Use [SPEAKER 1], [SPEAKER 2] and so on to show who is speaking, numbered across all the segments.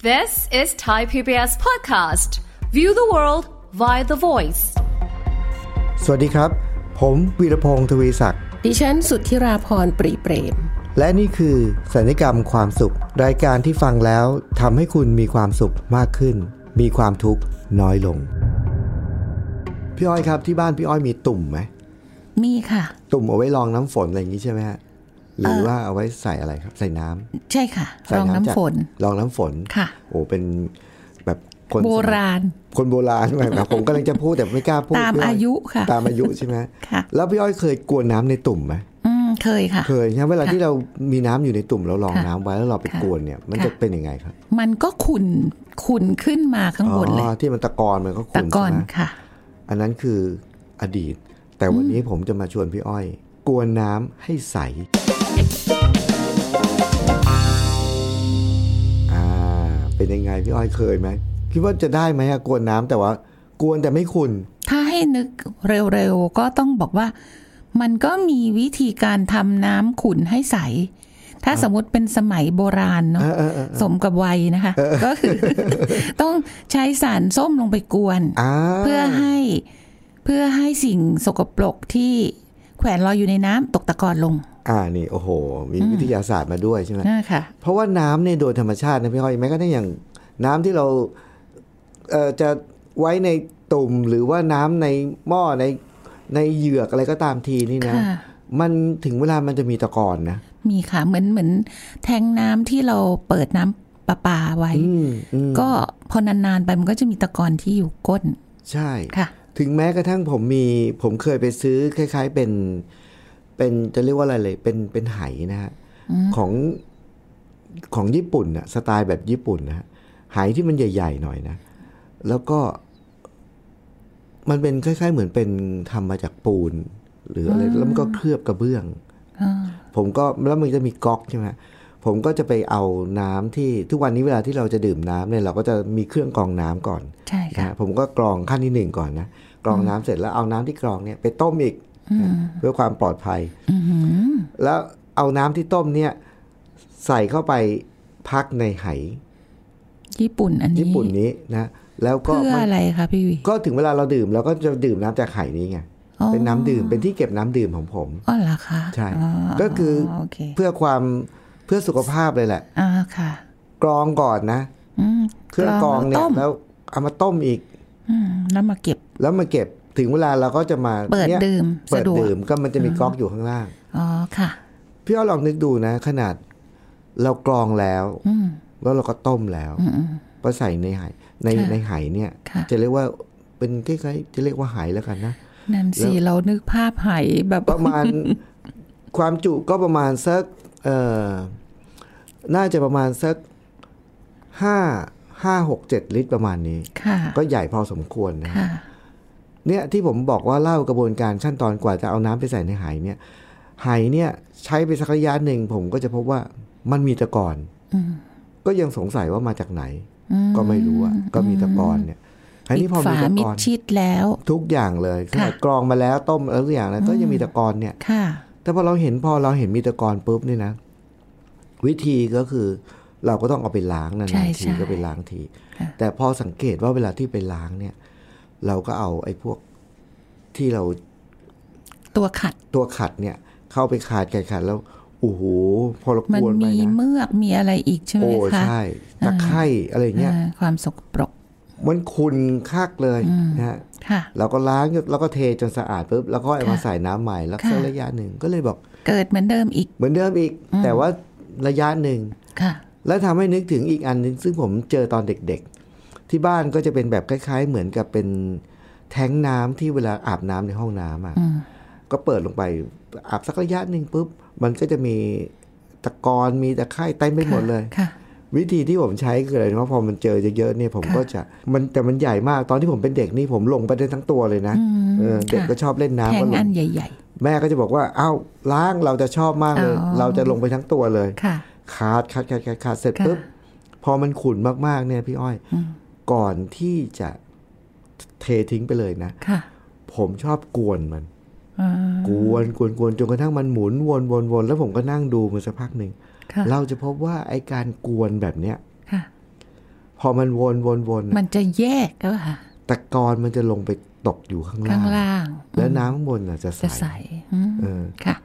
[SPEAKER 1] This is Thai PBS Podcast. View the world via the voice.
[SPEAKER 2] สวัสดีครับ ผมวีรพงศ์ทวีศักดิ์
[SPEAKER 3] ดิฉันสุทธิราพรปรีเปรม
[SPEAKER 2] และนี่คือสัญญกรรมความสุข รายการที่ฟังแล้วทำให้คุณมีความสุขมากขึ้น มีความทุกข์น้อยลง พี่อ้อยครับที่บ้านพี่อ้อยมีตุ่มไหม
[SPEAKER 3] มีค่ะ
[SPEAKER 2] ตุ่มเอาไว้รองน้ำฝนอะไรอย่างนี้ใช่ไหมฮะ หรือว่าเอาไว้ใส่อะไรครับ ใส่น้ำ
[SPEAKER 3] ใช่ค่ะ
[SPEAKER 2] ใส่
[SPEAKER 3] รอง
[SPEAKER 2] จาก
[SPEAKER 3] น้ำฝน
[SPEAKER 2] รองน้ำฝน
[SPEAKER 3] ค่ะ
[SPEAKER 2] โอ้เป็นแบบคนสมั
[SPEAKER 3] โบ
[SPEAKER 2] ย
[SPEAKER 3] ราณ
[SPEAKER 2] คนโบราณใช่ไหมครับผมก ำลังจะพูดแต่ไม่กล้าพูด
[SPEAKER 3] ตาม
[SPEAKER 2] พี่
[SPEAKER 3] อายุค่ะ
[SPEAKER 2] ตามอายุใช่ไหม
[SPEAKER 3] ค่ะ
[SPEAKER 2] แล้วพี่อ้อยเคยกวนน้ำในตุ่มไหม
[SPEAKER 3] อืมเคยค่ะ
[SPEAKER 2] เคยใช่ไหมเวลาที่เรามีน้ำอยู่ในตุ่มเราลอง
[SPEAKER 3] ค่ะ
[SPEAKER 2] น้ำไว้แล้วเราไป
[SPEAKER 3] ค่ะ
[SPEAKER 2] กวนเนี่ย มัน
[SPEAKER 3] ค่ะ
[SPEAKER 2] จะเป็นยังไงครับ
[SPEAKER 3] มันก็ขุนขุนขึ้นมาข้างบนเล
[SPEAKER 2] อ๋
[SPEAKER 3] ย
[SPEAKER 2] อที่มันตะกอนมันก็ขุ่
[SPEAKER 3] ตะ
[SPEAKER 2] น
[SPEAKER 3] กอน
[SPEAKER 2] ใช่ไหม
[SPEAKER 3] ค่ะ
[SPEAKER 2] อันนั้นคืออดีต แต่วันนี้ผมจะมาชวนพี่อ้อย กวนน้ำให้ใสอ่าเป็นยังไงพี่อ้อยเคยไหมคิดว่าจะได้ไหมอะกวนน้ำแต่ว่ากวนแต่ไม่ขุ่น
[SPEAKER 3] ถ้าให้นึกเร็วๆ ก็ต้องบอกว่า มันก็มีวิธีการทำน้ำขุนให้ใส ถ้าสมมติเป็นสมัยโบราณเนาะ
[SPEAKER 2] เออเออเออ
[SPEAKER 3] สมกับวัยนะคะ ก็คือ ต้องใช้สารส้มลงไปกวน
[SPEAKER 2] อ่า
[SPEAKER 3] เพื่อให้เพื่อให้สิ่งสกปรกที่แขวนลอยอยู่ในน้ำตกตะกอนลง
[SPEAKER 2] อ่านี่โอ้โห มีวิทยาศาสตร์มาด้วยใช่ไหม
[SPEAKER 3] นะคะ
[SPEAKER 2] เพราะว่าน้ำเนี่ยโดยธรรมชาตินะพี่ห้อยแม้กระทั่งอย่างน้ำที่เราเอ่อจะไว้ในตุ่มหรือว่าน้ำในหม้อในในเหยือกอะไรก็ตามทีนี่นะ
[SPEAKER 3] ค่ะ
[SPEAKER 2] มันถึงเวลามันจะมีตะกอนนะ
[SPEAKER 3] มีค่ะเหมือนเหมือนแทงน้ำที่เราเปิดน้ำประปาไว้
[SPEAKER 2] อืมอืม
[SPEAKER 3] ก็พอนานๆไปมันก็จะมีตะกอนที่อยู่ก้น
[SPEAKER 2] ใช่
[SPEAKER 3] ค่ะ
[SPEAKER 2] ถึงแม้กระทั่งผมมีผมเคยไปซื้อคล้าย ๆ เป็น เป็นจะเรียกว่าอะไรเลย เป็นเป็นไหนะฮะของของญี่ปุ่นน่ะสไตล์แบบญี่ปุ่นนะฮะไหที่มันใหญ่ ๆ หน่อยนะ แล้วก็ มันเป็นคล้าย ๆ เหมือนเป็นทำมาจากปูน หรืออะไรแล้วมันก็เคลือบกระเบื้อง
[SPEAKER 3] อ่า
[SPEAKER 2] ผมก็แล้วมันจะมีก๊อกใช่ไหมผมก็จะไปเอาน้ำที่ทุกวันนี้เวลาที่เราจะดื่มน้ำเนี่ยเราก็จะมีเครื่องกรองน้ำก่อน
[SPEAKER 3] ใช่
[SPEAKER 2] นะ
[SPEAKER 3] ค่ะ
[SPEAKER 2] ฮะผมก็กรองขั้นที่หนึ่งก่อนนะกรองน้ำเสร็จแล้วเอาน้ำที่กรองเนี่ยไปต้มอีกนะเพื่อความปลอดภัย
[SPEAKER 3] อือหือ
[SPEAKER 2] แล้วเอาน้ำที่ต้มเนี่ย ใส่เข้าไปพักในไห
[SPEAKER 3] ญี่ปุ่นอันนี้
[SPEAKER 2] ญี่ปุ่นนี้นะแล้วก็
[SPEAKER 3] เพื่อ
[SPEAKER 2] มัน
[SPEAKER 3] อะไรคะพี่วี
[SPEAKER 2] ก็ถึงเวลาเราดื่มเราก็จะดื่มน้ำจากไหนี้ไง
[SPEAKER 3] อ๋อ
[SPEAKER 2] เป็นน้ำดื่มเป็นที่เก็บน้ำดื่มของผม
[SPEAKER 3] อ๋อเหรอคะ
[SPEAKER 2] ใช่
[SPEAKER 3] อ๋อ
[SPEAKER 2] ก็คือ
[SPEAKER 3] โอเค
[SPEAKER 2] เพื่อความเพื่อสุขภาพเลยแหละ
[SPEAKER 3] อ่าค่ะ
[SPEAKER 2] กรองก่อนนะ
[SPEAKER 3] อืม
[SPEAKER 2] เครื่องกรอง
[SPEAKER 3] แล้
[SPEAKER 2] เนี่
[SPEAKER 3] วย ต้ม
[SPEAKER 2] แล้วเอามาต้มอีก
[SPEAKER 3] อืมแล้วมาเก็บ
[SPEAKER 2] แล้วมาเก็บถึงเวลาเราก็จะมา
[SPEAKER 3] เปิด
[SPEAKER 2] นี่ย
[SPEAKER 3] ดื่ม
[SPEAKER 2] เปิ
[SPEAKER 3] สะ
[SPEAKER 2] ด
[SPEAKER 3] ดวก
[SPEAKER 2] ดื่มก็มันจะมีก๊อกอยู่ข้างล่าง
[SPEAKER 3] อ๋อค่ะ
[SPEAKER 2] พี่อ้อลองนึกดูนะ ขนาดเรากรองแล้ว
[SPEAKER 3] อืม
[SPEAKER 2] แล้วเราก็ต้มแล้ว
[SPEAKER 3] อืม
[SPEAKER 2] ก็ใส่ในไหใน
[SPEAKER 3] ค่ะ
[SPEAKER 2] ในไหเนี่ย
[SPEAKER 3] ค่ะ
[SPEAKER 2] จะเรียกว่าเป็นคล้ายๆจะเรียกว่าไหแล้วกันนะ
[SPEAKER 3] นั่นสิเรานึกภาพไหายแบบ
[SPEAKER 2] ประมาณ ความจุก็ประมาณสักเอ่อน่าจะประมาณสักห้าห้าหกเจ็ดลิตรประมาณนี้
[SPEAKER 3] ค่ะ
[SPEAKER 2] ก็ใหญ่พอสมควรนะ
[SPEAKER 3] ค่ะ
[SPEAKER 2] เนี่ยที่ผมบอกว่าเล่ากระบวนการขั้นตอนกว่าจะเอาน้ำไปใส่ในไหเนี่ยไหเนี่ยใช้ไปสักระยะหนึ่งผมก็จะพบว่ามันมีตะกอนก็ยังสงสัยว่ามาจากไหน ก็ไม่รู้อ่ะก็มีตะกอนเนี่ยคราวนี้พอ
[SPEAKER 3] ฝา
[SPEAKER 2] มีตะ
[SPEAKER 3] มิ
[SPEAKER 2] ก
[SPEAKER 3] ด
[SPEAKER 2] อน
[SPEAKER 3] ชิดแล้ว
[SPEAKER 2] ทุกอย่างเลย
[SPEAKER 3] ค่ะ
[SPEAKER 2] ขนาดกรองมาแล้วต้มแล้วทุกอย่างแล้วก็ยังมีตะกอนเนี่ย
[SPEAKER 3] ค่ะ
[SPEAKER 2] แต่พอเราเห็นพอเราเห็นมีตะกอนปุ๊บเนี่ยนะ วิธีก็คือ เราก็ต้องเอาไปล้างนานๆ
[SPEAKER 3] ใช่
[SPEAKER 2] ทีก็ไปล้างที
[SPEAKER 3] ค่ะ
[SPEAKER 2] แต่พอสังเกตว่าเวลาที่ไปล้างเนี่ย เราก็เอาไอ้พวกที่เรา
[SPEAKER 3] ตัวขัด
[SPEAKER 2] ตัวขัดเนี่ยเข้าไปขาดไก่ขัดแล้วโอ้โหพอเรา
[SPEAKER 3] มัน
[SPEAKER 2] กวนไป
[SPEAKER 3] มี
[SPEAKER 2] นะ
[SPEAKER 3] เมือกมีอะไรอีกใช่ไหม
[SPEAKER 2] โอ้
[SPEAKER 3] คะ
[SPEAKER 2] ใช่ตะไคร่อะไรเงี้ย
[SPEAKER 3] อ่าความสกปรก
[SPEAKER 2] มันคุนคักเลยนะฮะ
[SPEAKER 3] ค่ะ
[SPEAKER 2] เราก็ล้างแล้วก็เทจนสะอาดปุ๊บแล้วก็เอามา
[SPEAKER 3] ค่ะ
[SPEAKER 2] ใส่น้ำใหม่แล้ว
[SPEAKER 3] ค่ะ
[SPEAKER 2] สักระยะหนึ่งก็เลยบอก
[SPEAKER 3] เกิดเหมือนเดิมอีก
[SPEAKER 2] เหมือนเดิมอีก แต่ว่าระยะหนึ่ง
[SPEAKER 3] ค่ะ
[SPEAKER 2] แล้วทำให้นึกถึงอีกอันหนึงซึ่งผมเจอตอนเด็กๆ ที่บ้านก็จะเป็นแบบคล้าย ๆ เหมือนกับเป็นแท้งน้ำที่เวลาอาบน้ำในห้องน้ำอ่ะ
[SPEAKER 3] อืม
[SPEAKER 2] ก็เปิดลงไปอาบสักระยะหนึ่งปุ๊บ มันก็จะมีตะกอนมีตะไคร่เต็มไปหมดเลย
[SPEAKER 3] ค่ะ
[SPEAKER 2] วิธีที่ผมใช้คืออะไรเพราะพอมันเจอเยอะๆเนี่ยผมก็จะมันแต่มันใหญ่มากตอนที่ผมเป็นเด็กนี่ผมลงไปได้ทั้งตัวเลยนะ
[SPEAKER 3] อืม
[SPEAKER 2] เออเด็ก
[SPEAKER 3] ค่ะ
[SPEAKER 2] ก็ชอบเล่นน้ำ
[SPEAKER 3] แท
[SPEAKER 2] ก็
[SPEAKER 3] ง
[SPEAKER 2] ล
[SPEAKER 3] อั
[SPEAKER 2] ง
[SPEAKER 3] นใหญ่
[SPEAKER 2] แม่ก็จะบอกว่าอ้าวล้างเราจะชอบมากเลย
[SPEAKER 3] อ๋อ
[SPEAKER 2] เราจะลงไปทั้งตัวเลย
[SPEAKER 3] ๆ ค่ะ
[SPEAKER 2] ขาดขาดขาดขาดขาดเสร็จ
[SPEAKER 3] ค่ะ
[SPEAKER 2] ปุ๊บพอมันขุ่นมากๆเนี่ยพี่อ้อย
[SPEAKER 3] อืม
[SPEAKER 2] ก่อนที่จะเททิ้งไปเลยนะ
[SPEAKER 3] ค่ะ
[SPEAKER 2] ผมชอบกวนมัน
[SPEAKER 3] อ่าก
[SPEAKER 2] วนกวนกวนจนกระทั่งมันหมุนวนวนวนแล้วผมก็นั่งดูมันสักพักหนึ่ง
[SPEAKER 3] ค่ะ
[SPEAKER 2] เราจะพบว่าไอการกวนแบบเนี้ย
[SPEAKER 3] ค่ะ
[SPEAKER 2] พอมันวนวนวน
[SPEAKER 3] มั
[SPEAKER 2] อะ
[SPEAKER 3] นจะแยกแล้วค่ะ
[SPEAKER 2] ตะกอนมันจะลงไปตกอยู่ข้างล่า
[SPEAKER 3] ข้าง งล่าง
[SPEAKER 2] แล้วน้ำข้างบนน่ะจะใส
[SPEAKER 3] จะใสอืม
[SPEAKER 2] เออ
[SPEAKER 3] ค่ะ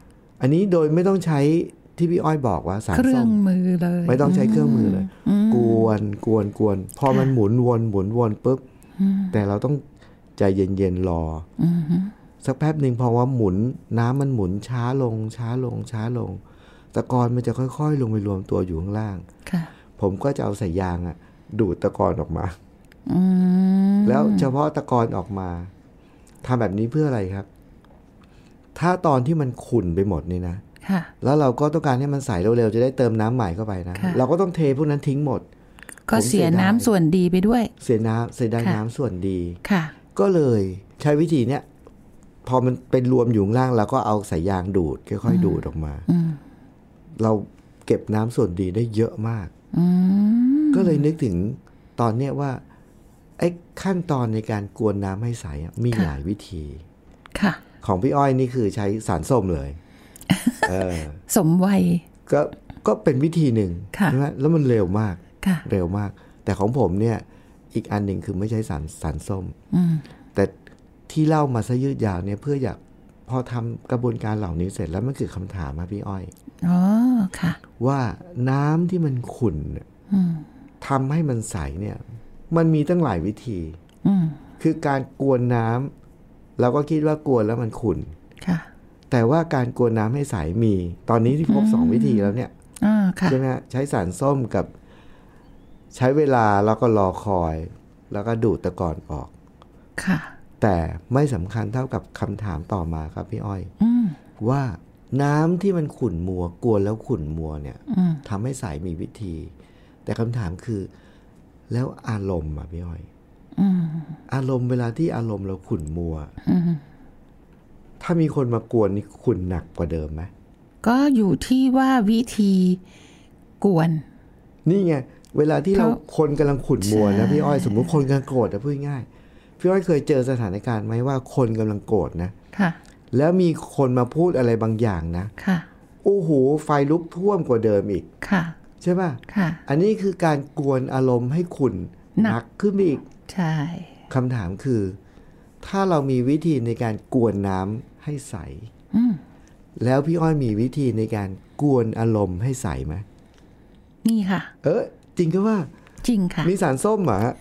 [SPEAKER 2] อันนี้โดยไม่ต้องใช้ที่พี่อ้อยบอกว่าสาร
[SPEAKER 3] เครื่
[SPEAKER 2] ส้
[SPEAKER 3] อง
[SPEAKER 2] ม
[SPEAKER 3] มือเลย
[SPEAKER 2] ไม่ต้องใช้เครื่องมือเลย กวนกวนกวน พอมันหมุนวนหมุนวนปุ๊บแต่เราต้องใจเย็นๆรออสักแป๊บหนึ่งพอว่าหมุนน้ำมันหมุนช้าลง ช้าลง ช้าลง ตะกอนมันจะค่อยๆ ลงไปรวมตัวอยู่ข้างล่าง
[SPEAKER 3] ค่ะ
[SPEAKER 2] ผมก็จะเอาสายยางอะดูดตะกอนออกมา
[SPEAKER 3] อืม
[SPEAKER 2] แล้วเฉพาะตะกอนออกมาทำแบบนี้เพื่ออะไรครับ ถ้าตอนที่มันขุ่นไปหมดนี่นะ
[SPEAKER 3] ค่ะ
[SPEAKER 2] แล้วเราก็ต้องการให้มันใสเร็วๆ จะได้เติมน้ำใหม่เข้าไปนะ
[SPEAKER 3] ค่ะ
[SPEAKER 2] เราก็ต้องเทพวกนั้นทิ้งหมด
[SPEAKER 3] ก็
[SPEAKER 2] ผมเสี
[SPEAKER 3] เสี
[SPEAKER 2] ย
[SPEAKER 3] ย
[SPEAKER 2] ดาย
[SPEAKER 3] น้ำส่วนดีไปด้วย
[SPEAKER 2] เสียน้ำเสียดาย
[SPEAKER 3] ค่ะ
[SPEAKER 2] น้ำส่วนดี
[SPEAKER 3] ค่ะ
[SPEAKER 2] ก็เลยใช้วิธีเนี้ยพอมันเป็นรวมอยู่ข้างล่างเราก็เอาสายยางดูดค่อยๆดูดออกมา
[SPEAKER 3] อืม
[SPEAKER 2] เราเก็บน้ำส่วนดีได้เยอะมาก
[SPEAKER 3] อืม
[SPEAKER 2] ก็เลยนึกถึงตอนเนี้ยว่าไอ้ขั้นตอนในการกวนน้ำให้ใสอะมีหลายวิธี
[SPEAKER 3] ค่ะ
[SPEAKER 2] ของพี่อ้อยนี่คือใช้สารส้มเลย เออ
[SPEAKER 3] สมวัย
[SPEAKER 2] ก็ก็เป็นวิธีหนึ่ง
[SPEAKER 3] ค่ะ
[SPEAKER 2] ใช่ไหมแล้วมันเร็วมาก
[SPEAKER 3] ค่ะ
[SPEAKER 2] เร็วมาก แต่ของผมเนี่ย อีกอันหนึ่งคือไม่ใช้สารสารส้ม
[SPEAKER 3] อืม
[SPEAKER 2] แต่ที่เล่ามาซะยืดยาวเนี่ยเพื่ออยากพอทำกระบวนการเหล่านี้เสร็จแล้วมันคือคำถามมาพี่อ้อย
[SPEAKER 3] อ๋อค่ะ
[SPEAKER 2] ว่าน้ำที่มันขุ่นเนี่ย
[SPEAKER 3] อืม
[SPEAKER 2] ทำให้มันใสเนี่ย มันมีตั้งหลายวิธี
[SPEAKER 3] อืม
[SPEAKER 2] คือการกวนน้ำเราก็คิดว่ากวนแล้วมันขุ่น
[SPEAKER 3] ค่ะ
[SPEAKER 2] แต่ว่าการกวนน้ำให้ใสมี ตอนนี้ที่พบสองวิธีแล้วเนี่ย
[SPEAKER 3] อ่าค่ะ
[SPEAKER 2] ใช่ไหมฮะใช้สารส้มกับใช้เวลาแล้วก็รอคอย แล้วก็ดูดตะกอนออก
[SPEAKER 3] ค่ะ
[SPEAKER 2] แต่ไม่สำคัญเท่ากับคำถามต่อมาครับพี่อ้อย
[SPEAKER 3] อืม
[SPEAKER 2] ว่าน้ำที่มันขุ่นมัวกวนแล้วขุ่นมัวเนี่ย
[SPEAKER 3] อืม
[SPEAKER 2] ทำให้ใสมีวิธี แต่คำถามคือ แล้วอารมณ์อ่ะพี่อ้อย
[SPEAKER 3] อืม
[SPEAKER 2] อารมณ์เวลาที่อารมณ์เราขุ่นมัว
[SPEAKER 3] อืม
[SPEAKER 2] ถ้ามีคนมากวนนี่ขุ่นหนักกว่าเดิมไหม
[SPEAKER 3] ก็อยู่ที่ว่าวิธีกวน
[SPEAKER 2] นี่ไงเวลาที่เรา
[SPEAKER 3] เขา
[SPEAKER 2] คนกำลังขุ่นมัวนะพี่อ้อยสมมติคนกำลังโกรธนะพูดง่ายๆพี่อ้อยเคยเจอสถานการณ์ไหมว่าคนกำลังโกรธนะ
[SPEAKER 3] ค่ะ
[SPEAKER 2] แล้วมีคนมาพูดอะไรบางอย่างนะ
[SPEAKER 3] ค่ะ
[SPEAKER 2] โอ้โหไฟลุกท่วมกว่าเดิมอีก
[SPEAKER 3] ค่ะ
[SPEAKER 2] ใช่ป่ะ
[SPEAKER 3] ค่ะ
[SPEAKER 2] อันนี้คือการกวนอารมณ์ให้ขุ่น
[SPEAKER 3] ห
[SPEAKER 2] ห
[SPEAKER 3] นัก
[SPEAKER 2] นักขึ้นไปอีก
[SPEAKER 3] ใช่
[SPEAKER 2] คำถามคือ ถ้าเรามีวิธีในการกวนน้ำให้ใส
[SPEAKER 3] อืม
[SPEAKER 2] แล้วพี่อ้อยมีวิธีในการกวนอารมณ์ให้ใสไหม
[SPEAKER 3] นี่ค่ะ
[SPEAKER 2] เออจริงก็ว่า
[SPEAKER 3] จริงค่ะ
[SPEAKER 2] มีสารส้มเหรอฮะ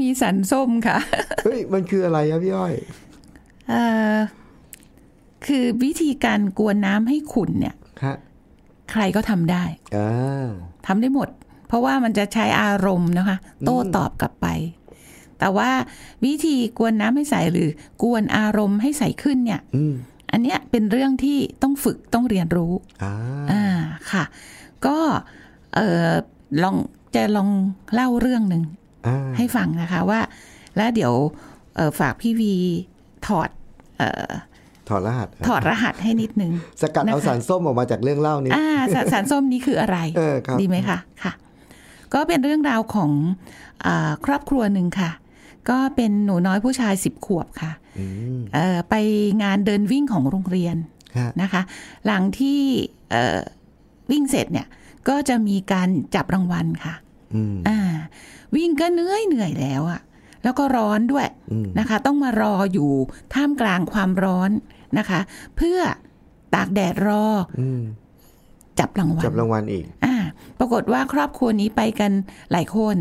[SPEAKER 3] มีสันส้มค่ะ
[SPEAKER 2] เฮ้ยมันคืออะไรครับพี่อ้อย
[SPEAKER 3] เอ่อคือวิธีการกวนน้ำให้ขุ่นเนี่ย
[SPEAKER 2] ฮะ
[SPEAKER 3] ใครก็ทำได้
[SPEAKER 2] อ่า
[SPEAKER 3] ทำได้หมด เพราะว่ามันจะใช้อารมณ์นะคะ โต้ตอบกลับไป แต่ว่าวิธีกวนน้ำให้ใสหรือกวนอารมณ์ให้ใสขึ้นเนี่ย
[SPEAKER 2] อืม
[SPEAKER 3] อันเนี้ยเป็นเรื่องที่ต้องฝึกต้องเรียนรู้
[SPEAKER 2] อ่า
[SPEAKER 3] อ่าค่ะ ก็เออลองจะลองเล่าเรื่องหนึ่ง
[SPEAKER 2] อ่า
[SPEAKER 3] ให้ฟังนะคะว่า แล้วเดี๋ยวเอ่อฝากพี่วีถอดเออ
[SPEAKER 2] ถอดรหัสฮะ
[SPEAKER 3] ถอดรหัสให้นิดนึง
[SPEAKER 2] สกัดเอา
[SPEAKER 3] นะคะ
[SPEAKER 2] สารส้มออกมาจากเรื่องเล่านี้
[SPEAKER 3] อ่าสารสารส้มนี้คืออะไร
[SPEAKER 2] เออครับ
[SPEAKER 3] ดีไหมคะค่ะ ก็เป็นเรื่องราวของอาครอบครัวหนึ่งค่ะ ก็เป็นหนูน้อยผู้ชายสิบขวบค่ะ
[SPEAKER 2] อืม
[SPEAKER 3] เอ่อไปงานเดินวิ่งของโรงเรียน
[SPEAKER 2] ฮะ
[SPEAKER 3] นะคะหลังที่เอ่อวิ่งเสร็จเนี่ยก็จะมีการจับรางวัลค่ะ
[SPEAKER 2] อืม
[SPEAKER 3] อ่าวิ่งก็เหนื่อยเหนื่อยแล้วอะแล้วก็ร้อนด้วย
[SPEAKER 2] อืม
[SPEAKER 3] นะคะ ต้องมารออยู่ท่ามกลางความร้อนนะคะ เพื่อตากแดดรอ
[SPEAKER 2] อืม
[SPEAKER 3] จับรางวัล
[SPEAKER 2] จับรางวัลอีก
[SPEAKER 3] อ่าปรากฏว่าครอบครัวนี้ไปกันหลายคน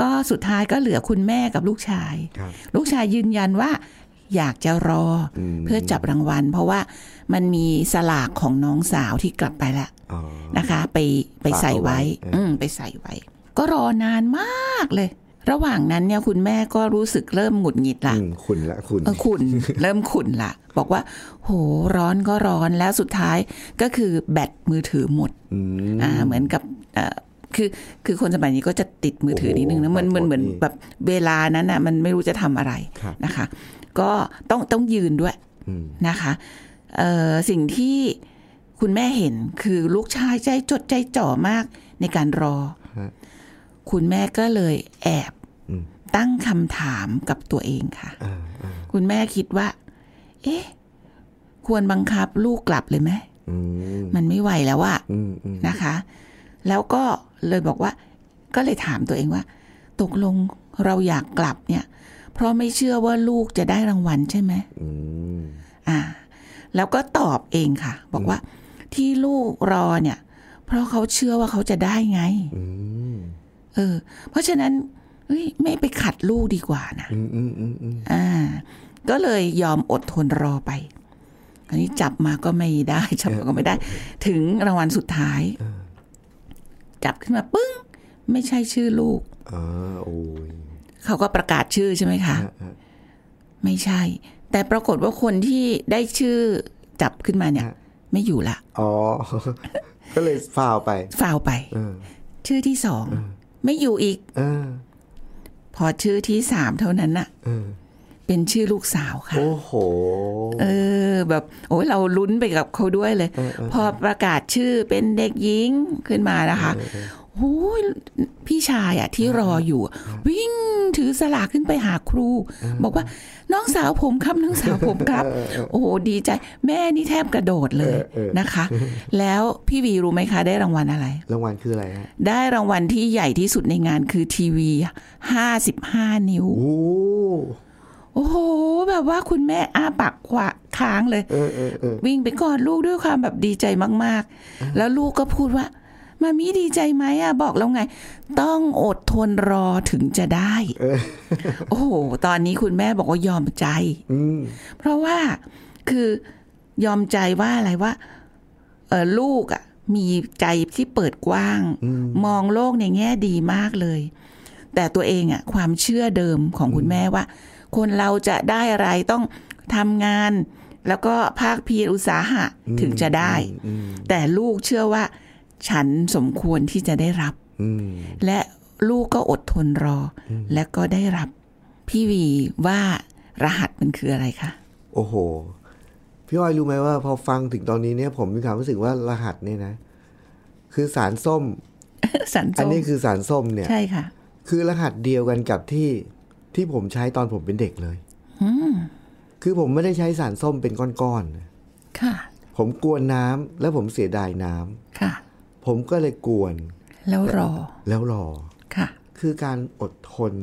[SPEAKER 3] ก็สุดท้ายก็เหลือคุณแม่กับลูกชาย
[SPEAKER 2] ครับ
[SPEAKER 3] ลูกชายยืนยันว่า อยากจะรออ
[SPEAKER 2] ม
[SPEAKER 3] เพื่อจับรางวัล เพราะว่ามันมีสลากของน้องสาวที่กลับไปละ
[SPEAKER 2] อ๋อ
[SPEAKER 3] นะคะ ไปไป
[SPEAKER 2] ฝาก
[SPEAKER 3] ใส่ไว้
[SPEAKER 2] เอาไว้เอออื
[SPEAKER 3] อืมไปใส่ไว้ ก็รอนานมากเลย ระหว่างนั้นเนี่ยคุณแม่ก็รู้สึกเริ่มหงุดหงิดละ
[SPEAKER 2] อืมขุนละขุน
[SPEAKER 3] เออขุน เริ่มขุนละบอกว่า โหร้อนก็ร้อนแล้วสุดท้ายก็คือแบตมือถือหมด
[SPEAKER 2] อืม
[SPEAKER 3] อ่าเหมือนกับเอ่อคือคือคนสมัยนี้ก็จะติดมือถือ
[SPEAKER 2] โอ้โห
[SPEAKER 3] นิดนึงนะมัน
[SPEAKER 2] หม
[SPEAKER 3] มั
[SPEAKER 2] ด
[SPEAKER 3] นเหมือน
[SPEAKER 2] นี่
[SPEAKER 3] แบบเวลานั้นน่ะมันไม่รู้จะทำอะไร
[SPEAKER 2] ครับ
[SPEAKER 3] นะคะ ก็ต้องต้องยืนด้วย
[SPEAKER 2] อืม
[SPEAKER 3] นะคะเอ่อสิ่งที่คุณแม่เห็นคือลูกชายใจจดใจจ่อมากในการรอ
[SPEAKER 2] ฮะ
[SPEAKER 3] คุณแม่ก็เลยแอบ
[SPEAKER 2] อืม
[SPEAKER 3] ตั้งคำถามกับตัวเองค่ะ
[SPEAKER 2] อ่าอ่า
[SPEAKER 3] คุณแม่คิดว่า เอ๊ะ ควรบังคับลูกกลับเลยไหม
[SPEAKER 2] อืม
[SPEAKER 3] มันไม่ไหวแล้วอะ
[SPEAKER 2] อืมอืม
[SPEAKER 3] นะคะ แล้วก็เลยบอกว่า ก็เลยถามตัวเองว่า ตกลงเราอยากกลับเนี่ย เพราะไม่เชื่อว่าลูกจะได้รางวัลใช่ไหม
[SPEAKER 2] อืม
[SPEAKER 3] อ่า แล้วก็ตอบเองค่ะ บอกว่าที่ลูกรอเนี่ย เพราะเขาเชื่อว่าเขาจะได้ไง
[SPEAKER 2] อืม
[SPEAKER 3] เออ เพราะฉะนั้นเฮ้ยไม่ไปขัดลูกดีกว่านะ
[SPEAKER 2] อืมอืมอืมอืม
[SPEAKER 3] อ่า ก็เลยยอมอดทนรอไป อันนี้จับมาก็ไม่ได้ จับมาก็ไม่ได้ ถึงรางวัลสุดท้าย จับขึ้นมาปึ้ง ไม่ใช่ชื่อลูก
[SPEAKER 2] อ่าโอ้ย
[SPEAKER 3] เขาก็ประกาศชื่อใช่ไหมคะ ไม่ใช่ แต่ปรากฏว่าคนที่ได้ชื่อจับขึ้นมาเนี่ย ไม่อยู่ละ
[SPEAKER 2] อ๋ อ ก็เลยฝ่าวไป
[SPEAKER 3] ฟาวไป
[SPEAKER 2] เออ
[SPEAKER 3] ชื่อที่สอง ไม่อยู่อีก
[SPEAKER 2] เออ
[SPEAKER 3] พอชื่อที่สามเท่านั้นน่ะ
[SPEAKER 2] เออ
[SPEAKER 3] เป็นชื่อลูกสาวค่ะ
[SPEAKER 2] โอ้โห
[SPEAKER 3] เออแบบโอ้ยเราลุ้นไปกับเขาด้วยเลย พอประกาศชื่อเป็นเด็กหญิงขึ้นมานะคะโอ้ยพี่ชายอะที่รออยู่อะวิ่งถือสลากขึ้นไปหาครู บอกว่าน้องสาวผมครับน้องสาวผมครับ โอ้โหดีใจ แม่นี่แทบกระโดดเลย
[SPEAKER 2] เออเออ
[SPEAKER 3] นะคะ แล้วพี่วีรู้ไหมคะ ได้รางวัลอะไร
[SPEAKER 2] รางวัลคืออะไรฮะ
[SPEAKER 3] ได้รางวัลที่ใหญ่ที่สุดในงานคือทีวีห้าสิบห้านิ้ว
[SPEAKER 2] โอ้
[SPEAKER 3] โอ้โห แบบว่าคุณแม่อ้าปากขวาค้างเลย
[SPEAKER 2] เออเออเออ
[SPEAKER 3] วิ่งไปกอดลูกด้วยความแบบดีใจมาก ๆ แล้วลูกก็พูดว่า มามีดีใจไหมอะบอกแล้วไง ต้องอดทนรอถึงจะได้ โอ้โห ตอนนี้คุณแม่บอกว่ายอมใจ
[SPEAKER 2] อืม
[SPEAKER 3] เพราะว่าคือยอมใจว่าอะไรว่าเออลูกอะมีใจที่เปิดกว้าง มองโลกในแง่ดีมากเลย แต่ตัวเองอะความเชื่อเดิมของคุณแม่ว่า คนเราจะได้อะไรต้องทำงาน แล้วก็ภาคเพียรอุตสาหะถึงจะได้ แต่ลูกเชื่อว่า ฉันสมควรที่จะได้รับ
[SPEAKER 2] อืม
[SPEAKER 3] และลูกก็อดทนรออและก็ได้รับ พี่วีว่ารหัสมันคืออะไรคะ
[SPEAKER 2] โอ้โห พี่อ้อยรู้ไหมว่าพอฟังถึงตอนนี้เนี่ย ผมมีความรู้สึกว่ารหัสเนี่ยนะ คือสารส้ม
[SPEAKER 3] สัน
[SPEAKER 2] อัน
[SPEAKER 3] ส้ม
[SPEAKER 2] นี้คือสารส้มเนี่ย
[SPEAKER 3] ใช่ค่ะ
[SPEAKER 2] คือรหัสเดียวกันกับที่ที่ผมใช้ตอนผมเป็นเด็กเลย
[SPEAKER 3] อืม
[SPEAKER 2] คือผมไม่ได้ใช้สารส้มเป็นก้อนๆนะ
[SPEAKER 3] ค่ะ
[SPEAKER 2] ผมกวนน้ำแล้วผมเสียดายน้ำ
[SPEAKER 3] ค่ะ
[SPEAKER 2] ผมก็เลยกวน
[SPEAKER 3] แล้วรอ
[SPEAKER 2] แล้วรอ
[SPEAKER 3] ค่ะ
[SPEAKER 2] คือการอดทน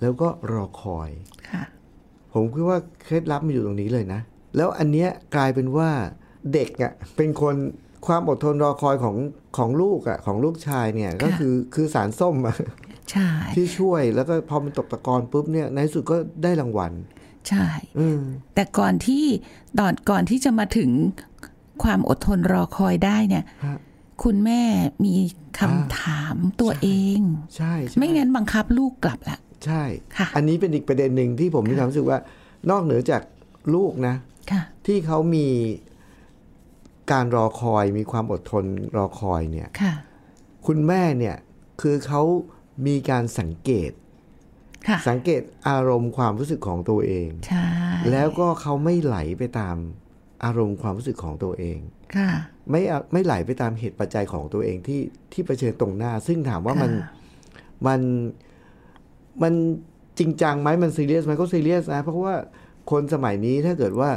[SPEAKER 2] แล้วก็รอคอย
[SPEAKER 3] ค่ะ
[SPEAKER 2] ผมคิดว่าเคล็ดลับมันอยู่ตรงนี้เลยนะ แล้วอันเนี้ยกลายเป็นว่าเด็กอะ่ะเป็นคนความอดทนรอคอยของของลูกอะ่ะของลูกชายเนี่ยก็คือคือสารส้มอะ
[SPEAKER 3] ใช่
[SPEAKER 2] ที่ช่วยแล้วก็พอมันตกตะกอนปุ๊บเนี่ยในที่สุดก็ได้รางวัล
[SPEAKER 3] ใช่
[SPEAKER 2] อืม
[SPEAKER 3] แต่ก่อนที่ตอนก่อนที่จะมาถึงความอดทนรอคอยได้เนี่ย
[SPEAKER 2] ฮะ
[SPEAKER 3] คุณแม่มีคำ
[SPEAKER 2] อ่า
[SPEAKER 3] ถามตัวเอง
[SPEAKER 2] ใช่ใช่
[SPEAKER 3] ไม่งั้นบังคับลูกกลับละ
[SPEAKER 2] ใช่
[SPEAKER 3] ค่ะ
[SPEAKER 2] อันนี้เป็นอีกประเด็นหนึ่งที่ผมมีความรู้สึกว่า นอกเหนือจากลูกนะ
[SPEAKER 3] ค่ะ
[SPEAKER 2] ที่เขามีการรอคอยมีความอดทนรอคอยเนี่ย
[SPEAKER 3] ค่ะ
[SPEAKER 2] คุณแม่เนี่ยคือเขามีการสังเกต
[SPEAKER 3] ค่ะ
[SPEAKER 2] สังเกตอารมณ์ความรู้สึกของตัวเอง
[SPEAKER 3] ใช่
[SPEAKER 2] แล้วก็เขาไม่ไหลไปตามอารมณ์ความรู้สึกของตัวเอง
[SPEAKER 3] ค่ะ
[SPEAKER 2] ไม่เอาไม่ไหลไปตามเหตุปัจจัยของตัวเองที่ที่เผชิญตรงหน้า ซึ่งถามว่ามัน
[SPEAKER 3] ค่ะ
[SPEAKER 2] มันมันจริงจังไหมมันซีเรียสไหมก็ซีเรียสนะ เพราะว่าคนสมัยนี้ถ้าเกิดว่า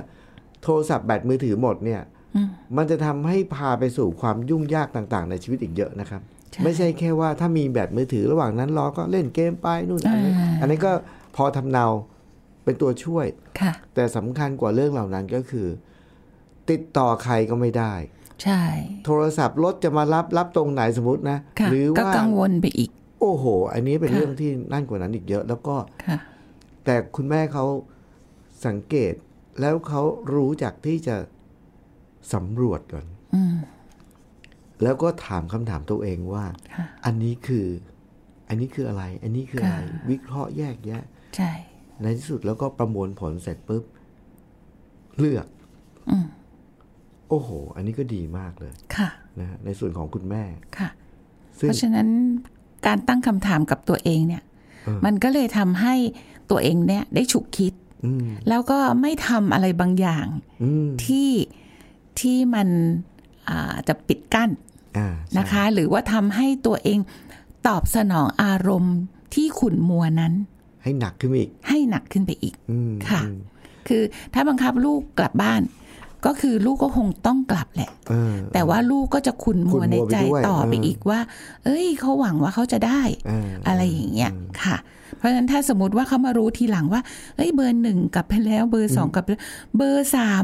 [SPEAKER 2] โทรศัพท์แบตมือถือหมดเนี่ย
[SPEAKER 3] อืม
[SPEAKER 2] มันจะทำให้พาไปสู่ความยุ่งยากต่าง ๆ ในชีวิตอีกเยอะนะครับ
[SPEAKER 3] ใช่
[SPEAKER 2] ไม่ใช่แค่ว่าถ้ามีแบตมือถือระหว่างนั้นรอก็เล่นเกมไปนู่นอันนี้
[SPEAKER 3] อ่า
[SPEAKER 2] อันนี้ก็พอทำเนาเป็นตัวช่วย
[SPEAKER 3] ค่ะ
[SPEAKER 2] แต่สำคัญกว่าเรื่องเหล่านั้นก็คือ ติดต่อใครก็ไม่ได้
[SPEAKER 3] ใช่
[SPEAKER 2] โทรศัพท์รถจะมารับรับตรงไหนสมมตินะ
[SPEAKER 3] ค่ะ
[SPEAKER 2] หรือ
[SPEAKER 3] ก็
[SPEAKER 2] ว่า
[SPEAKER 3] กังวลไปอีก
[SPEAKER 2] โอ้โห อันนี้เป็น
[SPEAKER 3] ค่ะ
[SPEAKER 2] เรื่องที่นั่นกว่านั้นอีกเยอะ แล้วก็
[SPEAKER 3] ค่ะ
[SPEAKER 2] แต่คุณแม่เขาสังเกตแล้วเขารู้จักที่จะสำรวจก่อน
[SPEAKER 3] อืม
[SPEAKER 2] แล้วก็ถามคำถามตัวเองว่า
[SPEAKER 3] ค่ะ
[SPEAKER 2] อันนี้คือ อันนี้คืออะไร อันนี้คืออะไร
[SPEAKER 3] ค่ะ
[SPEAKER 2] วิเคราะห์แยกแยะ
[SPEAKER 3] ใช่
[SPEAKER 2] ในที่สุดแล้วก็ประมวลผลเสร็จปุ๊บ เลือก
[SPEAKER 3] อืม
[SPEAKER 2] โอ้โห อันนี้ก็ดีมากเลย
[SPEAKER 3] ค่ะ
[SPEAKER 2] นะฮะในส่วนของคุณแม่
[SPEAKER 3] ค่ะ
[SPEAKER 2] ซึ่ง
[SPEAKER 3] เพราะฉะนั้นการตั้งคำถามกับตัวเองเนี่ย มันก็เลยทำให้ตัวเองเนี่ยได้ฉุกคิด
[SPEAKER 2] อืม
[SPEAKER 3] แล้วก็ไม่ทำอะไรบางอย่าง
[SPEAKER 2] อืม
[SPEAKER 3] ที่ที่มันอาจจะปิดกั้น
[SPEAKER 2] อ่า
[SPEAKER 3] นะ
[SPEAKER 2] นะคะ
[SPEAKER 3] หรือว่าทำให้ตัวเองตอบสนองอารมณ์ที่ขุ่นมัวนั้น
[SPEAKER 2] ให้หนักขึ้นมาอีก
[SPEAKER 3] ให้หนักขึ้นไปอีก
[SPEAKER 2] อืม
[SPEAKER 3] ค่ะ คือถ้าบังคับลูกกลับบ้าน ก็คือลูกก็คงต้องกลับแหละ
[SPEAKER 2] เออ
[SPEAKER 3] แต่ว่าลูกก็จะขุนมัวในใจ
[SPEAKER 2] ขุ่นมัวไปด้วย
[SPEAKER 3] ต่อไป
[SPEAKER 2] เอออี
[SPEAKER 3] อีกว่า เอ้ยเขาหวังว่าเขาจะได้
[SPEAKER 2] เอออ
[SPEAKER 3] อะไรอย่างเงี้ยค่ะ เพราะฉะนั้นถ้าสมมติว่าเขามารู้ทีหลังว่า เอ้ยเบอร์หนึ่งกลับไปแล้ว เบอร์สองกลับไปแล้วเบอร์สาม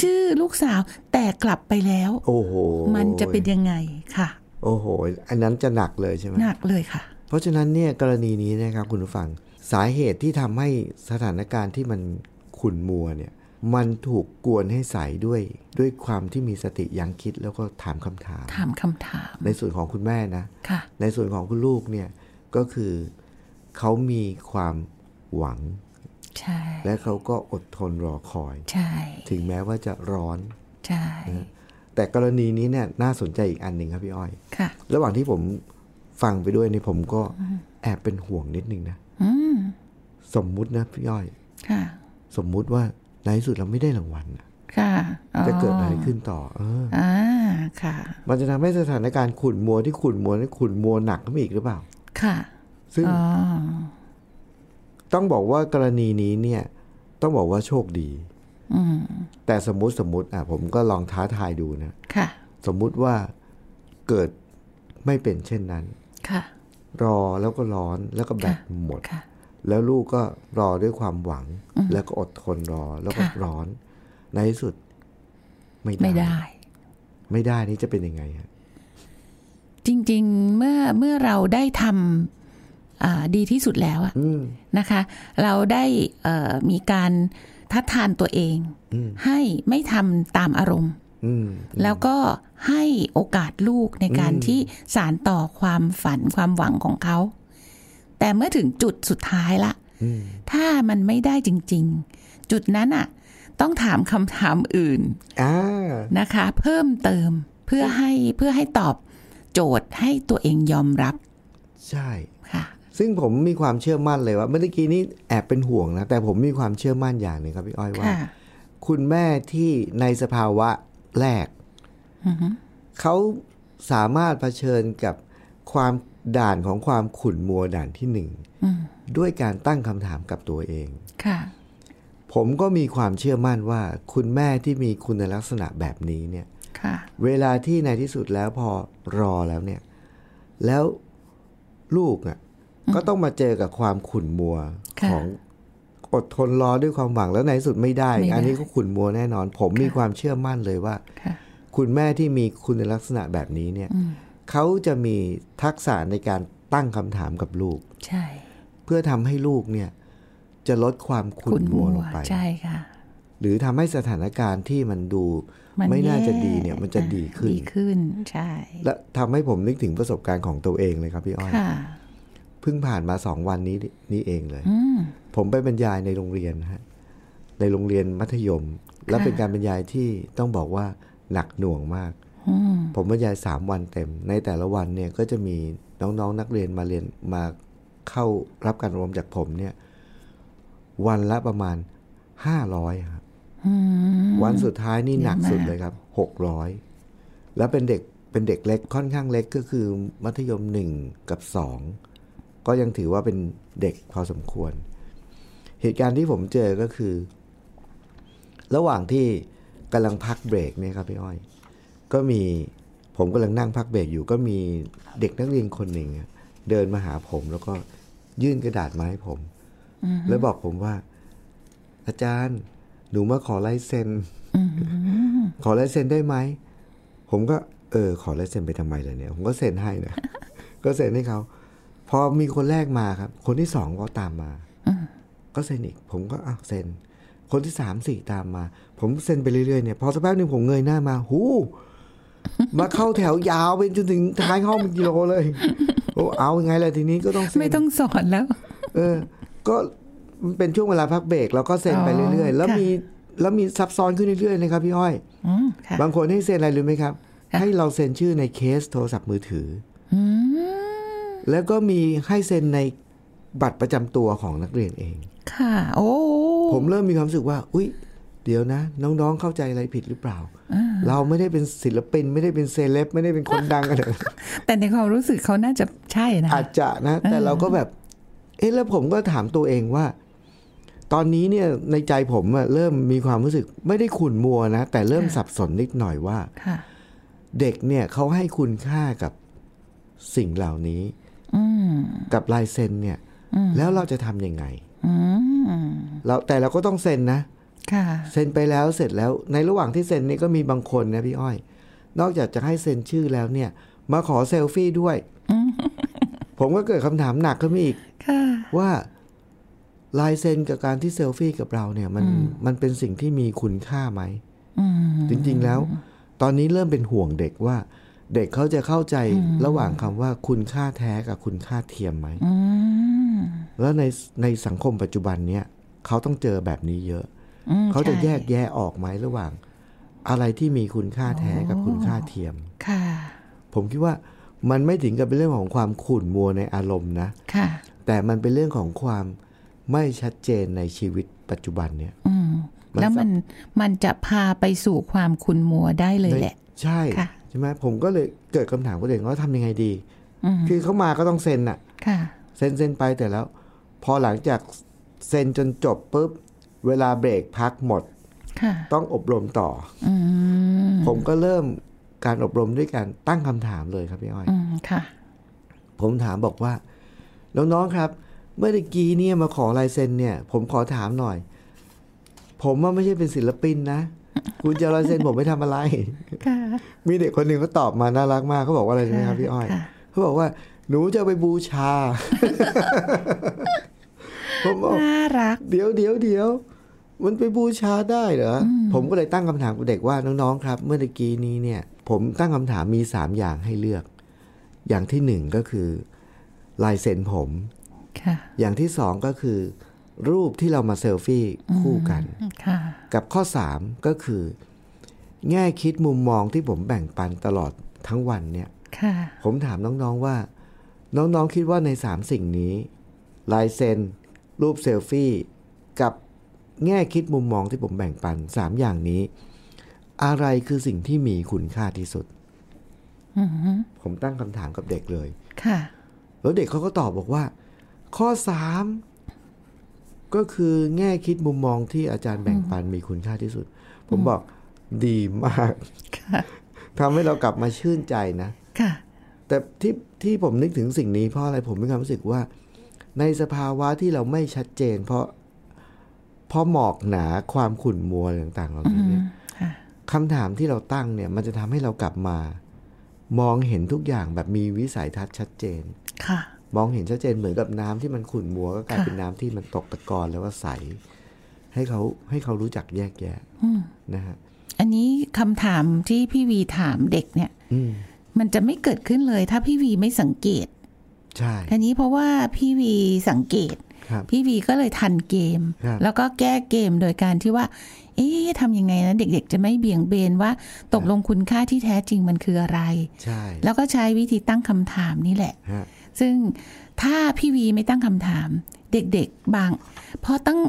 [SPEAKER 3] ชื่อลูกสาวแต่กลับไปแล้ว
[SPEAKER 2] โอ้โห
[SPEAKER 3] มันจะเป็นยังไงค่ะ
[SPEAKER 2] โอ้โห อันนั้นจะหนักเลยใช่ไหม
[SPEAKER 3] หนักเลยค่ะ
[SPEAKER 2] เพราะฉะนั้นเนี่ยกรณีนี้นะครับคุณผู้ฟังสาเหตุที่ทำให้สถานการณ์ที่มันขุ่นมัวเนี่ย มันถูกกวนให้ใสด้วย ด้วยความที่มีสติยังคิดแล้วก็ถามคำถาม
[SPEAKER 3] ถามคำถาม
[SPEAKER 2] ในส่วนของคุณแม่นะ
[SPEAKER 3] ค่ะ
[SPEAKER 2] ในส่วนของคุณลูกเนี่ยก็คือเขามีความหวัง
[SPEAKER 3] ใช่
[SPEAKER 2] และเขาก็อดทนรอคอย
[SPEAKER 3] ใช่
[SPEAKER 2] ถึงแม้ว่าจะร้อน
[SPEAKER 3] ใช่
[SPEAKER 2] แต่กรณีนี้เนี่ยน่าสนใจอีกอันหนึ่งครับพี่อ้อย
[SPEAKER 3] ค่ะ
[SPEAKER 2] ระหว่างที่ผมฟังไปด้วยเนี่ยผมก็แอบเป็นห่วงนิดนึงนะ
[SPEAKER 3] อืม
[SPEAKER 2] สมมุตินะพี่อ้อย
[SPEAKER 3] ค่ะ
[SPEAKER 2] สมมุติว่าในที่สุดเราไม่ได้รางวัลน่ะ
[SPEAKER 3] ค่ะอ๋อ
[SPEAKER 2] จะเกิดอะไรขึ้นต่อเออ
[SPEAKER 3] อ่าค่ะ
[SPEAKER 2] มันจะทำให้สถานการณ์ขุ่นมัวที่ขุ่นมัวนั้นขุ่นมัวหนักขึ้นไปอีกหรือเปล่า
[SPEAKER 3] ค่ะ
[SPEAKER 2] ซึ่ง
[SPEAKER 3] อ๋อ
[SPEAKER 2] ต้องบอกว่ากรณีนี้เนี่ย ต้องบอกว่าโชคดีแต่สมมติสมมติอ่ะผมก็ลองท้าทายดูนะ
[SPEAKER 3] ค่ะ
[SPEAKER 2] สมมุติว่าเกิดไม่เป็นเช่นนั้น
[SPEAKER 3] ค่ะ
[SPEAKER 2] รอแล้วก็ร้อนแล้วก็แบตหมด
[SPEAKER 3] ค่ะ
[SPEAKER 2] แล้วลูกก็รอด้วยความหวัง แล้วก็อดทนรอแล้วก็
[SPEAKER 3] ค่ะ
[SPEAKER 2] ร้อน ในที่สุดไม่
[SPEAKER 3] ไม่
[SPEAKER 2] ได้
[SPEAKER 3] ได้
[SPEAKER 2] ไม่ได้นี่จะเป็นยังไงฮะ
[SPEAKER 3] จริงๆ เมื่อเมื่อเราได้ทำอ่าดีที่สุดแล้วอะ
[SPEAKER 2] อืม
[SPEAKER 3] นะคะ เราได้เอ่อมีการทัดทานตัวเอง ให้ไม่ทำตามอารมณ์
[SPEAKER 2] อืม
[SPEAKER 3] แล้วก็ให้โอกาสลูกในการที่สารต่อความฝันความหวังของเขา แต่เมื่อถึงจุดสุดท้ายละ ถ้ามันไม่ได้จริง ๆ จุดนั้นอะต้องถามคำถามอื่น
[SPEAKER 2] อ่า
[SPEAKER 3] นะคะเพิ่มเติมเพื่อให้เพื่อให้ตอบโจทย์ให้ตัวเองยอมรับ
[SPEAKER 2] ใช่
[SPEAKER 3] ค่ะ
[SPEAKER 2] ซึ่งผมมีความเชื่อมั่นเลยว่าเมื่อกี้นี้แอบเป็นห่วงนะ แต่ผมมีความเชื่อมั่นอย่างหนึ่งครับพี่อ้อยว่า
[SPEAKER 3] ค่ะ
[SPEAKER 2] คุณแม่ที่ในสภาวะแรก เขาสามารถเผชิญกับความด่านของความขุ่นมัวด่านที่หนึ่ง ด้วยการตั้งคำถามกับตัวเอง
[SPEAKER 3] ค่ะ
[SPEAKER 2] ผมก็มีความเชื่อมั่นว่า คุณแม่ที่มีคุณลักษณะแบบนี้เนี่ย
[SPEAKER 3] ค่ะ
[SPEAKER 2] เวลาที่ในที่สุดแล้วพอรอแล้วเนี่ย แล้วลูกอ่ะก็ต้องมาเจอกับความขุ่นมัว
[SPEAKER 3] ค่ะ
[SPEAKER 2] ของอดทนรอด้วยความหวังแล้วในที่สุดไม่ได้
[SPEAKER 3] ไม่ได้
[SPEAKER 2] อันนี้ก็ขุ่นมัวแน่นอน ผมมีความเชื่อมั่นเลยว่า
[SPEAKER 3] ค่ะ
[SPEAKER 2] คุณแม่ที่มีคุณลักษณะแบบนี้เนี่ยเขาจะมีทักษะในการตั้งคำถามกับลูก
[SPEAKER 3] ใช่
[SPEAKER 2] เพื่อทำให้ลูกเนี่ย จะลดความขุ่นมัวลงไป
[SPEAKER 3] ใช่ค่ะ
[SPEAKER 2] หรือทำให้สถานการณ์ที่มันดู
[SPEAKER 3] มัน
[SPEAKER 2] ไม่น่าจะ
[SPEAKER 3] แย่
[SPEAKER 2] ดีเนี่ยมันจะดีขึ้น
[SPEAKER 3] ดีขึ้น ใช่
[SPEAKER 2] และทำให้ผมนึกถึงประสบการณ์ของตัวเองเลยครับพี่อ้อย
[SPEAKER 3] ค่ะ
[SPEAKER 2] เพิ่งผ่านมาสองวันนี้นี่เองเลย
[SPEAKER 3] อืม
[SPEAKER 2] ผมไปบรรยายในโรงเรียนนะฮะในโรงเรียนมัธยม และเป็นการบรรยายที่ต้องบอกว่าหนักหน่วงมาก
[SPEAKER 3] อืม
[SPEAKER 2] ผมบรรยายสามวันเต็ม ในแต่ละวันเนี่ยก็จะมีน้องๆนนักเรียนมาเรียนมาเข้ารับการอบรมจากผมเนี่ย วันละประมาณห้าร้อยครับ
[SPEAKER 3] อืม
[SPEAKER 2] วันสุดท้ายนี่หนัก
[SPEAKER 3] เยอะมาก
[SPEAKER 2] สุดเลยครับ หกร้อย แล้วเป็นเด็กเป็นเด็กเล็กค่อนข้างเล็กก็คือมัธยมหนึ่งกับสอง ก็ยังถือว่าเป็นเด็กพอสมควร เหตุการณ์ที่ผมเจอก็คือ ระหว่างที่กำลังพักเบรกเนี่ยครับพี่อ้อย ก็มีผมกำลังนั่งพักเบรกอยู่ ก็มีเด็กนักเรียนคนหนึ่งอะเดินมาหาผมแล้วก็ยื่นกระดาษมาให้ผม แล้วบอกผมว่า อาจารย์ หนูมาขอลายเซ็น ขอลายเซ็นได้ไหม ผมก็ เออ ขอลายเซ็นไปทำไมเลยเนี่ย ผมก็เซ็นให้ นะ ก็เซ็นให้เขา พอมีคนแรกมาครับ คนที่สองก็ตามมา ก็เซ็นอีก ผมก็อ้าวเซ็น คนที่สามสี่ตามมา ผมเซ็นไปเรื่อยๆเนี่ยพอสักแป๊บหนึ่งผมเงยหน้ามา หู มาเข้าแถวยาวไปจนถึงท้ายห้องเป็นกิโลเลย โอ้เอายังไงล่ะทีนี้ก็ต้องเซ็น
[SPEAKER 3] ไม่ต้องสอนแล้ว
[SPEAKER 2] เออ ก็มันเป็นช่วงเวลาพักเบรกเราก็เซ็นไปเรื่อย
[SPEAKER 3] อ๋
[SPEAKER 2] ๆ
[SPEAKER 3] อ
[SPEAKER 2] แล้ว
[SPEAKER 3] ค่ะ
[SPEAKER 2] มีแล้วมีซับซ้อนขึ้นเรื่อยๆนะครับพี่อ้อย
[SPEAKER 3] อืม ค่ะ
[SPEAKER 2] บางคนให้เซ็นอะไรรู้ไหมครับ ให้เราเซ็นชื่อในเคสโทรศัพท์มือถืออแล้วก็มีให้เซ็นในบัตรประจำตัวของนักเรียนเอง
[SPEAKER 3] ค่ะ โอ้
[SPEAKER 2] ผมเริ่มมีความรู้สึกว่า อุ๊ย เดี๋ยวนะ น้องๆเข้าใจอะไรผิดหรือเปล่า เราไม่ได้เป็นศิลปิน ไม่ได้เป็นเซเลบไม่ได้เป็นคนดังอะไร
[SPEAKER 3] แต่ในความรู้สึกเขาน่าจะใช่นะ
[SPEAKER 2] อาจจะนะ แต่เราก็แบบ เอ๊ะแล้วผมก็ถามตัวเองว่า ตอนนี้เนี่ยในใจผมอะเริ่มมีความรู้สึกไม่ได้ขุ่นมัวนะ แต่เริ่มสับสนนิดหน่อยว่า
[SPEAKER 3] ค่ะ
[SPEAKER 2] เด็กเนี่ยเขาให้คุณค่ากับสิ่งเหล่านี้กับลายเซ็นเนี่ย แล้วเราจะทำยังไง
[SPEAKER 3] อืม
[SPEAKER 2] เราแต่เราก็ต้องเซ็นนะ
[SPEAKER 3] ค่ะ
[SPEAKER 2] เซ็นไปแล้วเสร็จแล้วในระหว่างที่เซ็นเนี่ยก็มีบางคนนะพี่อ้อย นอกจากจะให้เซ็นชื่อแล้วเนี่ย มาขอเซลฟี่ ด้วย ผมก็เกิดคำถามหนักขึ้นมาอีก
[SPEAKER 3] ค่ะ
[SPEAKER 2] ว่าลายเซ็นกับการที่เซลฟี่กับเราเนี่ยมันมันเป็นสิ่งที่มีคุณค่าไหมจริง ๆ แล้ว ตอนนี้เริ่มเป็นห่วงเด็กว่า เด็กเขาจะเข้าใจระหว่างคำว่าคุณค่าแท้กับคุณค่าเทียมไหมแล้วในในสังคมปัจจุบันเนี่ยเขาต้องเจอแบบนี้เยอะเขาจะ
[SPEAKER 3] ใช่
[SPEAKER 2] แยกแยะออกไหมระหว่าง อะไรที่มีคุณค่าแท้กับคุณค่าเทียม
[SPEAKER 3] ค่ะ
[SPEAKER 2] ผมคิดว่ามันไม่ถึงกับเป็นเรื่องของความขุ่นมัวในอารมณ์นะ
[SPEAKER 3] ค่ะ
[SPEAKER 2] แต่มันเป็นเรื่องของความไม่ชัดเจนในชีวิตปัจจุบันเนี่ย
[SPEAKER 3] อืม
[SPEAKER 2] มัน
[SPEAKER 3] แล้วมันมันจะพาไปสู่ความขุนมัวได้เลยแหละ
[SPEAKER 2] ใช่
[SPEAKER 3] ค่ะ
[SPEAKER 2] ใช่ไหมผมก็เลยเกิดคำถามกับตัวเองว่าทำยังไงดี คือเขามาก็ต้องเซ็นอะ
[SPEAKER 3] ค่ะ
[SPEAKER 2] เซ็นเซ็นไปแต่แล้ว พอหลังจากเซ็นจนจบปุ๊บ เวลาเบรกพักหมด
[SPEAKER 3] ค่ะ
[SPEAKER 2] ต้องอบรมต่ออผมก็เริ่มการอบรมด้วยการตั้งคำถามเลยครับพี่อ้อย
[SPEAKER 3] อืม ค่ะ
[SPEAKER 2] ผมถามบอกว่า น้องๆครับ เมื่อตะกี้เนี่ยมาขอลายเซ็นเนี่ย ผมขอถามหน่อย ผมว่าไม่ใช่เป็นศิลปินนะ คุณจะเอาลายเซ็นผมไปทำอะไร
[SPEAKER 3] ค่ะ
[SPEAKER 2] มีเด็กคนหนึ่งเขาตอบมาน่ารักมากเขาบอกว่าอะไรใช่ไหมครับพี่อ้อย
[SPEAKER 3] ค่ะ
[SPEAKER 2] เขาบอกว่าหนูจะเอาไปบูชา ผมบอก
[SPEAKER 3] น่ารัก
[SPEAKER 2] เดี๋ยวเดี๋ยวเดี๋ยวมันไปบูชาได้เหรออผมก็เลยตั้งคำถามกับเด็กว่าน้องๆครับ เมื่อตะกี้นี้เนี่ย ผมตั้งคำถามมีสามอย่างให้เลือก อย่างที่หนึ่งก็คือลายเซ็นผม
[SPEAKER 3] ค่ะ
[SPEAKER 2] อย่างที่สองก็คือ รูปที่เรามาเซลฟี่คู่กัน
[SPEAKER 3] ค่ะ
[SPEAKER 2] กับข้อสามก็คือ แง่คิดมุมมองที่ผมแบ่งปันตลอดทั้งวันเนี่ย
[SPEAKER 3] ค่ะ
[SPEAKER 2] ผมถามน้องๆว่า น้องๆคิดว่าในสามสิ่งนี้ ลายเซ็น รูปเซลฟี่ กับแง่คิดมุมมองที่ผมแบ่งปันสามอย่างนี้ อะไรคือสิ่งที่มีคุณค่าที่สุด ผมตั้งคำถามกับเด็กเลย
[SPEAKER 3] ค่ะ
[SPEAKER 2] แล้วเด็กเขาก็ตอบบอกว่า ข้อสามก็คือแง่คิดมุมมองที่อาจารย์แบ่งปันมีคุณค่าที่สุด ผมบอกดีมากทำให้เรากลับมาชื่นใจนะ
[SPEAKER 3] ค่ะ
[SPEAKER 2] แต่ที่ที่ผมนึกถึงสิ่งนี้เพราะอะไรผมมีความรู้สึกว่า ในสภาวะที่เราไม่ชัดเจน เพราะเพราะหมอกหนาความขุ่นมัวอะไรต่างๆเหล่านี้เนี่ย
[SPEAKER 3] ค่ะ
[SPEAKER 2] คำถามที่เราตั้งเนี่ย มันจะทำให้เรากลับมา มองเห็นทุกอย่างแบบมีวิสัยทัศน์ชัดเจน
[SPEAKER 3] ค่ะ
[SPEAKER 2] มองเห็นชัดเจนเหมือนกับน้ำที่มันขุ่นมัวก็กลายเป็นน้ำที่มันตกตะกอนแล้วก็ใส ให้เขาให้เขารู้จักแยกแยะนะฮะ
[SPEAKER 3] อันนี้คำถามที่พี่วีถามเด็กเนี่ย
[SPEAKER 2] อืม
[SPEAKER 3] มันจะไม่เกิดขึ้นเลยถ้าพี่วีไม่สังเกต
[SPEAKER 2] ใช่
[SPEAKER 3] อันนี้เพราะว่าพี่วีสังเกต
[SPEAKER 2] ครับ
[SPEAKER 3] พี่วีก็เลยทันเกม
[SPEAKER 2] ครับ
[SPEAKER 3] แล้วก็แก้เกมโดยการที่ว่า เอ๊ะทำยังไงนะ เด็กๆ จะไม่เบี่ยงเบนว่า ตกลงคุณค่าที่แท้จริงมันคืออะไร
[SPEAKER 2] ใช่
[SPEAKER 3] แล้วก็ใช้วิธีตั้งคำถามนี่แหละ
[SPEAKER 2] ฮะ
[SPEAKER 3] ซึ่งถ้าพี่วีไม่ตั้งคำถาม เด็กๆ บางพอตั้ง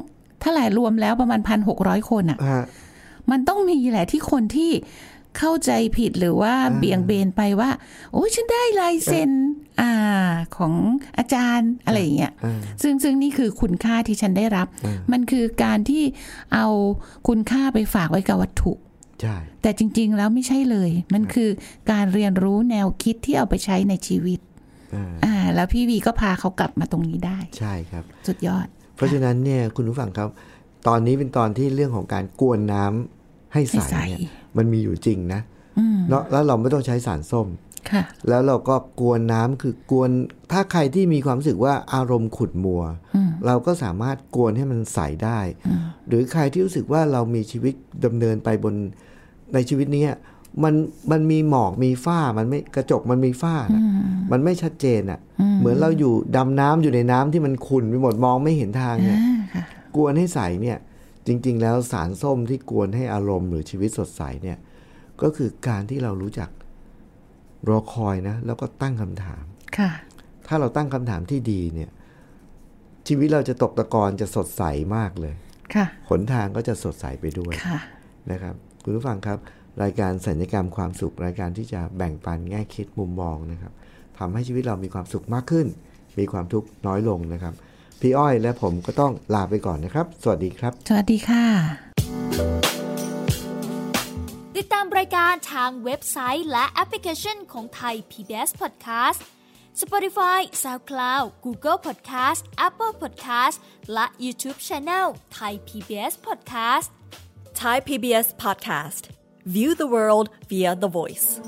[SPEAKER 3] เท่าไหร่รวมแล้วประมาณพันหกร้อยคนอะ
[SPEAKER 2] ฮะ
[SPEAKER 3] มันต้องมีแหละที่คนที่เข้าใจผิดหรือว่าเบี่ยงเบนไปว่า โอ้ยฉันได้ลายเซ็นอ่าของอาจารย์อะไรอย่างเงี้ย
[SPEAKER 2] อ่า
[SPEAKER 3] ซึ่งซึ่งนี่คือคุณค่าที่ฉันได้รับ
[SPEAKER 2] อ่ามั
[SPEAKER 3] มันคือการที่เอาคุณค่าไปฝากไว้กับวัตถุ
[SPEAKER 2] ใช่
[SPEAKER 3] แต่จริง ๆ แล้วไม่ใช่เลย มันคือการเรียนรู้แนวคิดที่เอาไปใช้ในชีวิต
[SPEAKER 2] อ่า
[SPEAKER 3] อ่าแล้วพี่วีก็พาเขากลับมาตรงนี้ได้
[SPEAKER 2] ใช่ครับ
[SPEAKER 3] สุดยอด
[SPEAKER 2] เพราะฉะนั้นเนี่ยคุณผู้ฟังครับ ตอนนี้เป็นตอนที่เรื่องของการกวนน้ำให้ใส
[SPEAKER 3] ให้ใส
[SPEAKER 2] เนี่ยมันมีอยู่จริงนะเนาะแล้วเราไม่ต้องใช้สารส้ม
[SPEAKER 3] ค่ะ
[SPEAKER 2] แล้วเราก็กวนน้ำคือกวนถ้าใครที่มีความรู้สึกว่าอารมณ์ขุดมัว เราก็สามารถกวนให้มันใสได้ หรือใครที่รู้สึกว่าเรามีชีวิตดำเนินไปบนในชีวิตเนี้ยมันมันมีหมอกมีฝ้ามันไม่กระจกมันมีฝ้านะมันไม่ชัดเจนอะ่ะ เหมือนเราอยู่ดำน้ำอยู่ในน้ำที่มันขุ่นไปหมดมองไม่เห็นทางเนี่ยกวนให้ใสเนี่ย จริง ๆ แล้วสารส้มที่กวนให้อารมณ์หรือชีวิตสดใสเนี่ย ก็คือการที่เรารู้จัก รอคอยนะ แล้วก็ตั้งคำถาม
[SPEAKER 3] ค่ะ
[SPEAKER 2] ถ้าเราตั้งคำถามที่ดีเนี่ย ชีวิตเราจะตกตะกอนจะสดใสมากเลย
[SPEAKER 3] ค่ะ
[SPEAKER 2] หนทางก็จะสดใสไปด้วย
[SPEAKER 3] ค่ะ
[SPEAKER 2] นะครับ คุณผู้ฟังครับ รายการสัญญกรรมความสุข รายการที่จะแบ่งปันแง่คิดมุมมองนะครับทำให้ชีวิตเรามีความสุขมากขึ้น มีความทุกข์น้อยลงนะครับ พี่อ้อยและผมก็ต้องลาไปก่อนนะครับ สวัสดีครับ
[SPEAKER 3] สวัสดีค่ะ
[SPEAKER 4] ติดตามรายการทางเว็บไซต์และแอปพลิเคชันของไทย PBS Podcast Spotify SoundCloud Google Podcast Apple Podcast และ YouTube Channel Thai PBS Podcast
[SPEAKER 1] Thai PBS Podcast. View the world via the voice.